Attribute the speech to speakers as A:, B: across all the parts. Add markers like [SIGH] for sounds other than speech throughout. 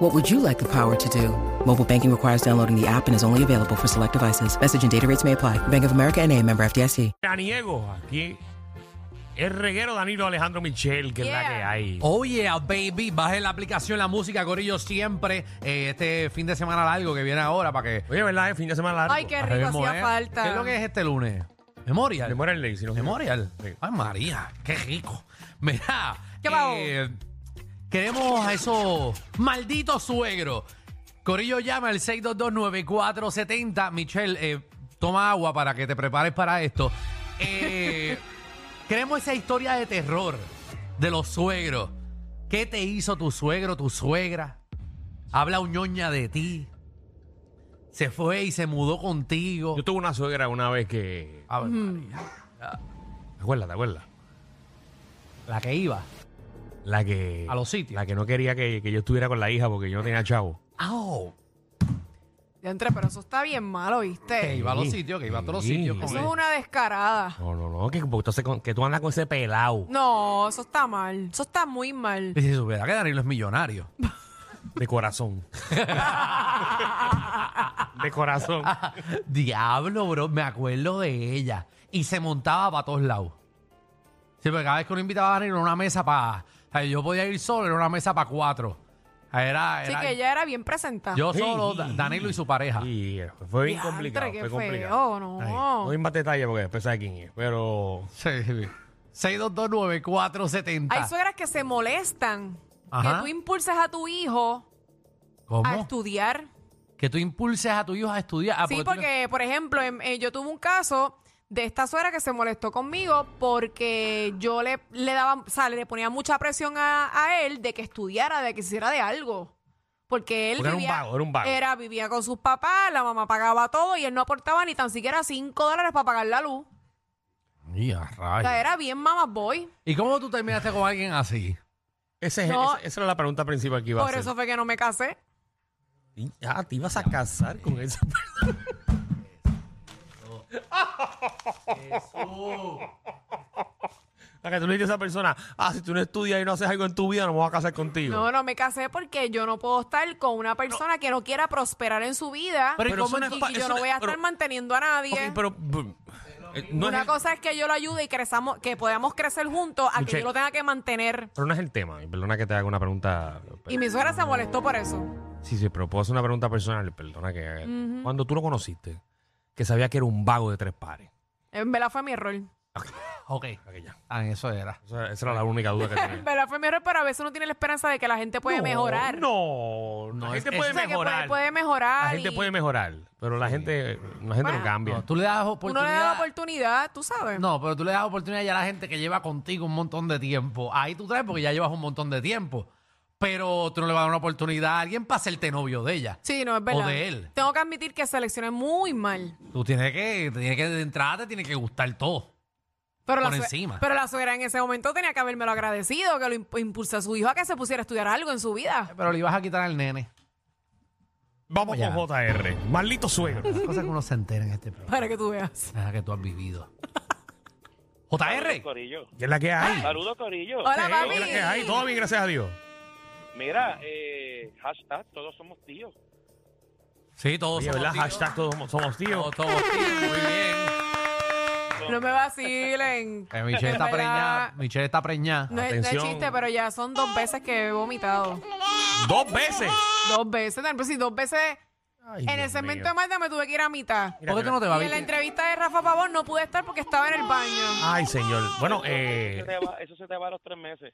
A: What would you like the power to do? Mobile banking requires downloading the app and is only available for select devices. Message and data rates may apply. Bank of America and a member FDIC.
B: Daniego, aquí. El reguero Danilo Alejandro Michel, que es la que
C: Yeah.
B: hay.
D: Oye, Oh, baby, baje la aplicación La Música, Corillo, siempre. eh, este fin de semana largo que viene ahora para que.
B: Oye, ¿verdad? Es fin de semana largo.
C: Ay, qué
D: para que
C: rico
D: vemos,
C: hacía
D: ¿eh?
C: falta.
D: ¿Qué es lo que es este lunes? Memorial.
B: Memorial Day, si no-
D: Memorial.
B: Sí.
D: Ay, María, qué rico. Mira, eh,
C: ¿Qué pasó?
D: queremos a esos malditos suegros. Corillo llama al 6229470. Michelle, eh, toma agua para que te prepares para esto. Eh, queremos esa historia de terror de los suegros. ¿Qué te hizo tu suegro, tu suegra? Habla un ñoña de ti. Se fue y se mudó contigo.
B: Yo tuve una suegra una vez que.
D: A ver, María.
B: ¿Te acuerdas? ¿Te acuerdas?
D: La que iba.
B: La que.
D: A los sitios.
B: La que no quería que, que yo estuviera con la hija porque yo no tenía chavo.
D: ¡Au!
C: Ya entré, pero eso está bien malo,
D: Que
C: ¿viste?
D: iba a los sitios, que iba a todos los
B: Sí.
D: sitios. con
C: Eso
D: él.
C: es una descarada.
B: No, no, no, que, porque tú haces con- que tú andas con ese pelado.
C: No, eso está mal. Eso está muy mal.
D: Y si supiera que Danilo es millonario.
B: De corazón. de corazón.
D: [LAUGHS] Diablo, bro, me acuerdo de ella. Y se montaba para todos lados. Sí, porque cada vez que uno invitaba a Danilo era una mesa para. yo podía ir solo, era una mesa para cuatro. Era,
C: Así
D: era-
C: que ella era bien presentada.
D: Yo solo, Da-
B: Sí.
D: Danilo y su pareja.
B: Y eh, fue bien
C: Diantre,
B: complicado.
C: qué
B: Fue complicado.
C: feo, no.
B: Ay, no doy más detalles porque después sabe quién es. Pero.
D: Sí, sí. 6229470.
C: Hay suegras que se molestan. Que
D: Ajá.
C: tú impulses a tu hijo a
D: ¿Cómo?
C: estudiar.
D: Que tú impulses a tu hijo a estudiar. Ah,
C: sí,
D: tú no-
C: porque, por ejemplo, em- eh, yo tuve un caso de esta suegra que se molestó conmigo porque yo le, le daba, o sea, le ponía mucha presión a, a él de que estudiara, de que hiciera de algo. Porque él
B: Porque era un
C: vivía,
B: vago, era un vago.
C: era- vivía con sus papás, la mamá pagaba todo y él no aportaba ni tan siquiera 5 dólares para pagar la luz.
D: Ya,
C: O
D: rayos.
C: sea, era bien mamá boy.
D: ¿Y cómo tú terminaste con alguien así?
B: Ese, es-
C: No.
B: esa- esa era la pregunta principal que iba
C: Por
B: a hacer.
C: eso fue que no me casé.
B: Y- Ah, te ibas a casar con esa persona. [LAUGHS] La que tú le dices a esa persona, ah, si tú no estudias y no haces algo en tu vida, no me voy a casar contigo.
C: No, no me casé porque yo no puedo estar con una persona que no quiera prosperar en su vida.
D: Pero ¿y
B: Pero
D: cómo
B: eso no
D: tú-
B: es pa-
C: y yo
B: eso
C: no
B: no-
C: voy a estar
B: pero-
C: manteniendo a nadie.
B: Ok, pero bu- eh, no
C: Una
B: es el-
C: cosa es que yo lo ayude y crezamos, que podamos crecer juntos a que
B: Michelle.
C: yo lo tenga que mantener.
B: pero no es el tema. Y Perdona que te haga una pregunta.
C: Y mi suegra se molestó por eso.
B: Sí, sí, pero puedo hacer una pregunta personal. Perdona que. Cuando tú lo conociste, que sabía que era un vago de tres pares.
C: En verdad fue mi error.
D: Ok.
B: Ok, ya.
D: Ah, eso era.
B: Esa, esa era la única duda que
C: En
B: tenía.
C: verdad fue mi error, pero a veces uno tiene la esperanza de que la gente puede
B: No,
C: mejorar.
B: No, no. La
D: No,
B: gente
D: es-
B: puede
C: O sea, que
B: mejorar.
C: puede, puede mejorar.
B: La gente
C: y
B: puede mejorar, pero la gente, la gente no
C: Bueno.
B: cambia.
D: No, tú le das
C: uno
D: oportunidad.
C: le da la oportunidad, tú sabes.
D: No, pero tú le das oportunidad ya a la gente que lleva contigo un montón de tiempo. Ahí tú traes porque ya llevas un montón de tiempo. Pero tú no le vas a dar una oportunidad a alguien para hacerte novio de ella.
C: Sí, no, es verdad.
D: O de él.
C: Tengo que admitir que seleccioné muy mal.
D: Tú tienes que, te tienes que de entrada te tiene que gustar todo.
C: Pero la,
D: Por
C: sue-
D: encima.
C: pero la suegra en ese momento tenía que haberme lo agradecido, que lo imp- impulsé a su hijo a que se pusiera a estudiar algo en su vida.
D: Pero le ibas a quitar al nene.
B: Vamos
D: Ya.
B: con JR. Maldito suegro.
D: Las cosas que uno se entera en este programa.
C: Para que tú veas.
D: Nada que tú has vivido.
E: Saludos,
D: JR.
E: Corillo.
B: ¿Qué es la que hay?
E: Saludos, Corillo.
C: Hola,
B: ¿Qué
C: Ah, papi.
B: es la que hay? Todo bien, gracias a Dios.
E: Mira, eh, hashtag, todos somos tíos.
D: Sí, todos
B: Oye,
D: somos
B: ¿verdad?
D: tíos.
B: Hashtag todos somos- somos tíos.
D: Todos, todos tíos, muy bien.
C: No me vacilen.
D: Eh, Michelle está
C: ¿Verdad?
D: preñada. Michelle está preñada.
C: No es, no es
B: Atención.
C: chiste, pero ya son dos veces que he vomitado.
B: Dos veces.
C: Dos veces, pero sí, dos veces. en el segmento de Marta me tuve que ir a mitad.
D: ¿Por qué tú no te vas
C: Y en la
D: a
C: entrevista de Rafa Pavón no pude estar porque estaba en el
D: Ah,
C: baño.
B: Ay, señor. Bueno,
E: Eso,
B: eh,
E: se te va, eso se te va a los tres meses.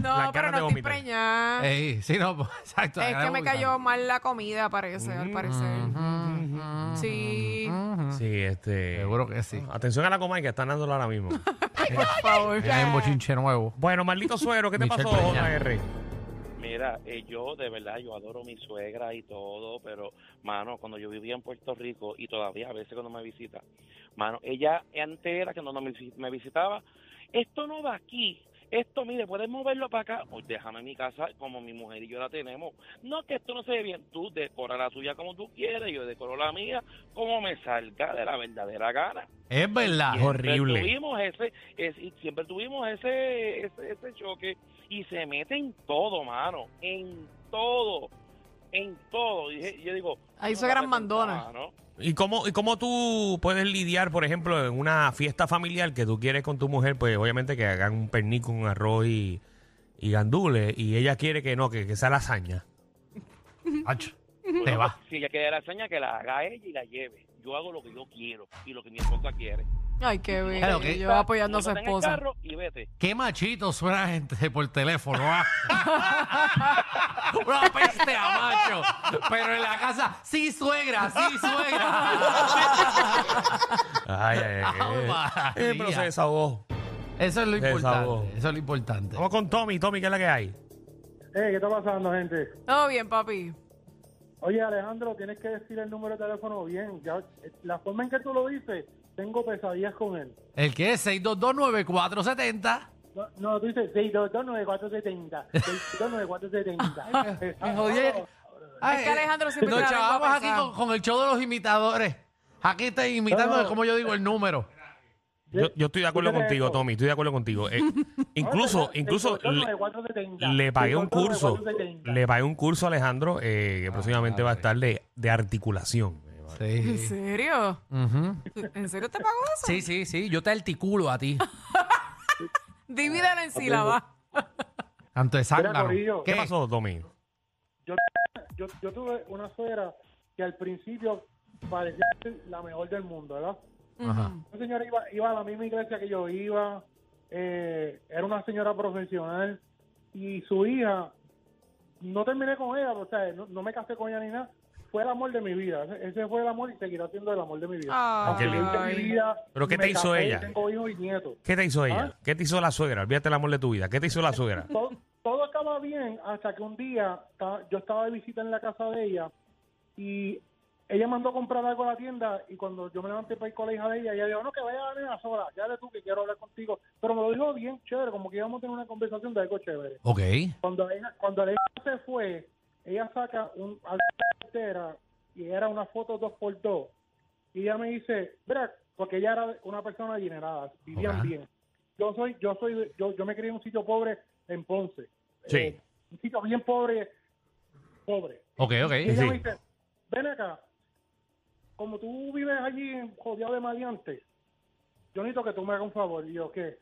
C: No,
B: ganas
C: pero
B: de
C: no estoy
B: vomitar.
C: preñada.
D: Ey, sí, no, pues, exacto.
C: es que me cayó
D: Ujú,
C: mal la comida, parece,
D: Mm,
C: al parecer.
D: ujú.
C: Sí.
B: sí, este.
D: Seguro que sí.
B: Atención a la coma que están dándolo ahora
C: [LAUGHS]
B: mismo.
C: Por favor.
D: Hay un bochinche nuevo.
B: Bueno, maldito suegro, ¿qué te
D: Michelle
B: pasó,
D: preñada.
B: JR?
E: Mira, eh, yo de verdad, yo adoro mi suegra y todo, pero, mano, cuando yo vivía en Puerto Rico y todavía a veces cuando me visita, mano, ella antes era que cuando me visi- me visitaba, esto no va aquí, esto, mire, puedes moverlo para acá, o déjame en mi casa como mi mujer y yo la tenemos. No, que esto no se ve bien, tú decora la tuya como tú quieres, yo decoro la mía como me salga de la verdadera gana.
D: Es verdad.
B: Bien. horrible.
E: Siempre tuvimos ese, ese- y siempre tuvimos ese, ese, ese choque y se mete en todo, mano, en todo, en todo. Y je- yo digo,
C: Ahí
E: no
C: suegras
E: la
C: mandonas. [LAUGHS]
E: mano.
B: ¿Y cómo, ¿Y cómo tú puedes lidiar, por ejemplo, en una fiesta familiar que tú quieres con tu mujer? Pues obviamente que hagan un pernil con arroz y, y gandules y ella quiere que no, que, que sea lasaña.
D: Ach, te
E: Bueno,
D: va.
E: Si ella quiere la seña, que la haga ella y la lleve. Yo hago lo que yo quiero y lo que mi esposa quiere.
C: Ay, qué bien.
D: Claro que-
C: Yo apoyando a su
E: Móntate en el
C: esposa.
E: carro y vete.
D: Qué machito suena gente por teléfono.
C: [LAUGHS]
D: ah. Una peste a macho. Pero en la casa, sí, suegra, sí, suegra.
B: Ay, [LAUGHS] ay,
D: Ave María.
B: Eh, pero se desahogó.
D: Eso es lo
B: Esa voz.
D: importante. Eso es lo importante.
B: Vamos con Tommy. Tommy, ¿qué es la que hay?
F: Eh, ¿Qué está pasando, gente?
C: Todo bien, papi.
F: Oye, Alejandro, tienes que decir el número de teléfono bien. Ya, eh, la forma en que tú lo dices, tengo pesadillas con él.
D: El que es 6229470.
F: No, no tú dices
B: [LAUGHS]
F: 6229470. 6229470.
D: Me jodí. Ay,
C: Es que Alejandro siempre
D: Nos
C: tiene la
D: chavamos
C: lengua
D: aquí
C: pesada.
D: con, con el show de los imitadores. Aquí está imitando,
F: No, no.
D: como yo digo, el número.
B: Yo, yo estoy de acuerdo
F: Escúchate
B: contigo,
F: esto.
B: Tommy. Estoy de acuerdo contigo. Eh, incluso, [LAUGHS] incluso le,
F: 6229470.
B: le pagué un curso.
F: 6229470.
B: Le pagué un curso a Alejandro eh, que próximamente va a estar de, de articulación. [LAUGHS]
C: ¿En
D: Sí.
C: serio?
D: Ujú.
C: ¿En serio te pagó eso?
D: Sí, sí, sí. Yo te articulo
C: [LAUGHS]
D: a ti.
C: Divídela en sílabas.
D: Tanto de zángano.
F: Corillo.
B: ¿Qué pasó, Tommy?
F: Yo, yo tuve una suegra que al principio parecía ser la mejor del mundo, ¿verdad?
D: Ajá.
F: Una señora iba, iba a la misma iglesia que yo iba, eh, era una señora profesional y su hija, no terminé con ella, o sea, no, no me casé con ella ni nada, fue el amor de mi vida, ese, ese fue el amor y seguirá siendo el amor de mi vida.
C: Ay,
B: Ah, qué
F: Aunque
B: lindo.
F: hice mi vida,
B: ¿Pero qué
F: me
B: te hizo
F: casé y
B: ella?
F: Tengo hijos y nietos.
B: ¿Qué te hizo
D: Ah.
B: ella? ¿Qué te hizo la suegra? Olvídate el amor de tu vida. ¿Qué te hizo la
D: [LAUGHS]
B: suegra?
F: todo, todo estaba bien hasta que un día ta- yo estaba de visita en la casa de ella y ella mandó a comprar algo a la tienda y cuando yo me levanté para ir con la hija de ella, ella dijo, no, que vaya a la nena sola, ya de tú que quiero hablar contigo. Pero me lo dijo bien chévere, como que íbamos a tener una conversación de algo chévere.
D: Ok.
F: Cuando ella, cuando la hija se fue, ella saca un, algo de la cartera y era una foto dos por dos. Y ella me dice, mira, porque ella era una persona adinerada, vivían
D: Ok.
F: bien. Yo soy, yo soy, de- yo, yo me crié en un sitio pobre en Ponce.
B: Sí.
F: Eh, un sitio bien pobre, pobre.
D: Ok, ok.
F: Y ella
B: Sí.
F: me dice, ven acá, como tú vives allí en rodeado de maleantes, yo necesito que tú me hagas un favor. Y yo, ¿qué?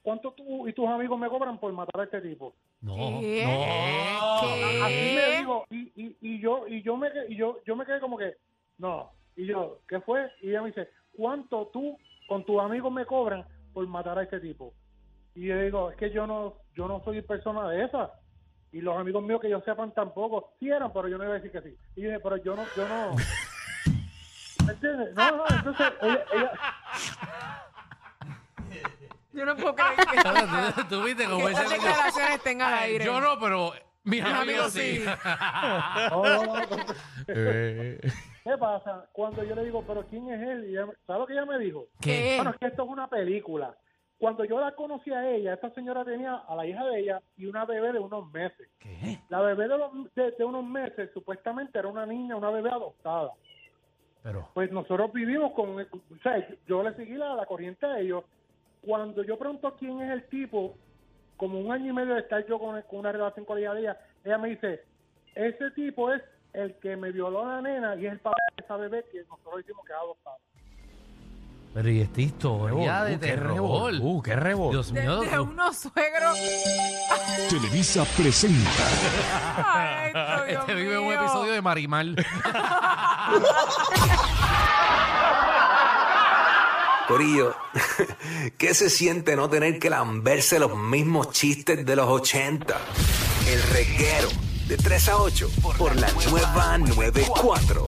F: ¿Cuánto tú y tus amigos me cobran por matar a este tipo?
D: No.
C: ¿Qué?
D: No.
C: ¿Qué?
F: Así
C: ¿Eh?
F: me digo, y, y, y yo, y yo me que- y yo, yo me quedé como que, no, y yo, ¿qué fue? Y ella me dice, ¿cuánto tú con tus amigos me cobran por matar a este tipo? Y yo digo, es que yo no, yo no soy persona de esa. Y los amigos míos que yo sepan tampoco, sí eran, pero yo no iba a decir que sí. Y yo dije, pero yo no, yo no. ¿Me entiendes? No, no, entonces ella- ella,
C: Yo no puedo creer que
D: Claro, tú- tú viste cómo
C: que estas
D: ese-
C: declaraciones estén al
D: Ay,
C: aire.
D: Yo no, pero mis
C: Mis
D: amigos
C: amigos
D: sí.
F: no, no, no, no.
D: Pues
B: Eh,
F: ¿Qué pasa? Cuando yo le digo, pero ¿quién es él? Y ella- ¿Sabes lo que ella me dijo?
C: ¿Qué?
F: Bueno, es que esto es una película. Cuando yo la conocí a ella, esta señora tenía a la hija de ella y una bebé de unos meses.
D: ¿Qué?
F: La bebé de, los- de- de unos meses supuestamente era una niña, una bebé adoptada.
D: Pero.
F: Pues nosotros vivimos con... O sea, yo le seguí la, la corriente a ellos. Cuando yo pregunto quién es el tipo, como un año y medio de estar yo con, con una relación con la hija de ella, ella me dice, ese tipo es el que me violó la nena y es el papá de esa bebé que nosotros hicimos que es adoptada.
D: Pero y esta historia
B: revolú, uh,
D: de
B: qué
D: terror.
B: revolú, Uh, qué revolú.
D: Dios
C: De,
D: mío.
C: de unos suegros.
G: Televisa presenta.
C: Ay, Dios
D: Este vive un
C: mío.
D: episodio de Marimal.
H: Corillo, [LAUGHS] ¿qué se siente no tener que lamberse los mismos chistes de los 80? El reguero de 3 a 8 por la nueva 94.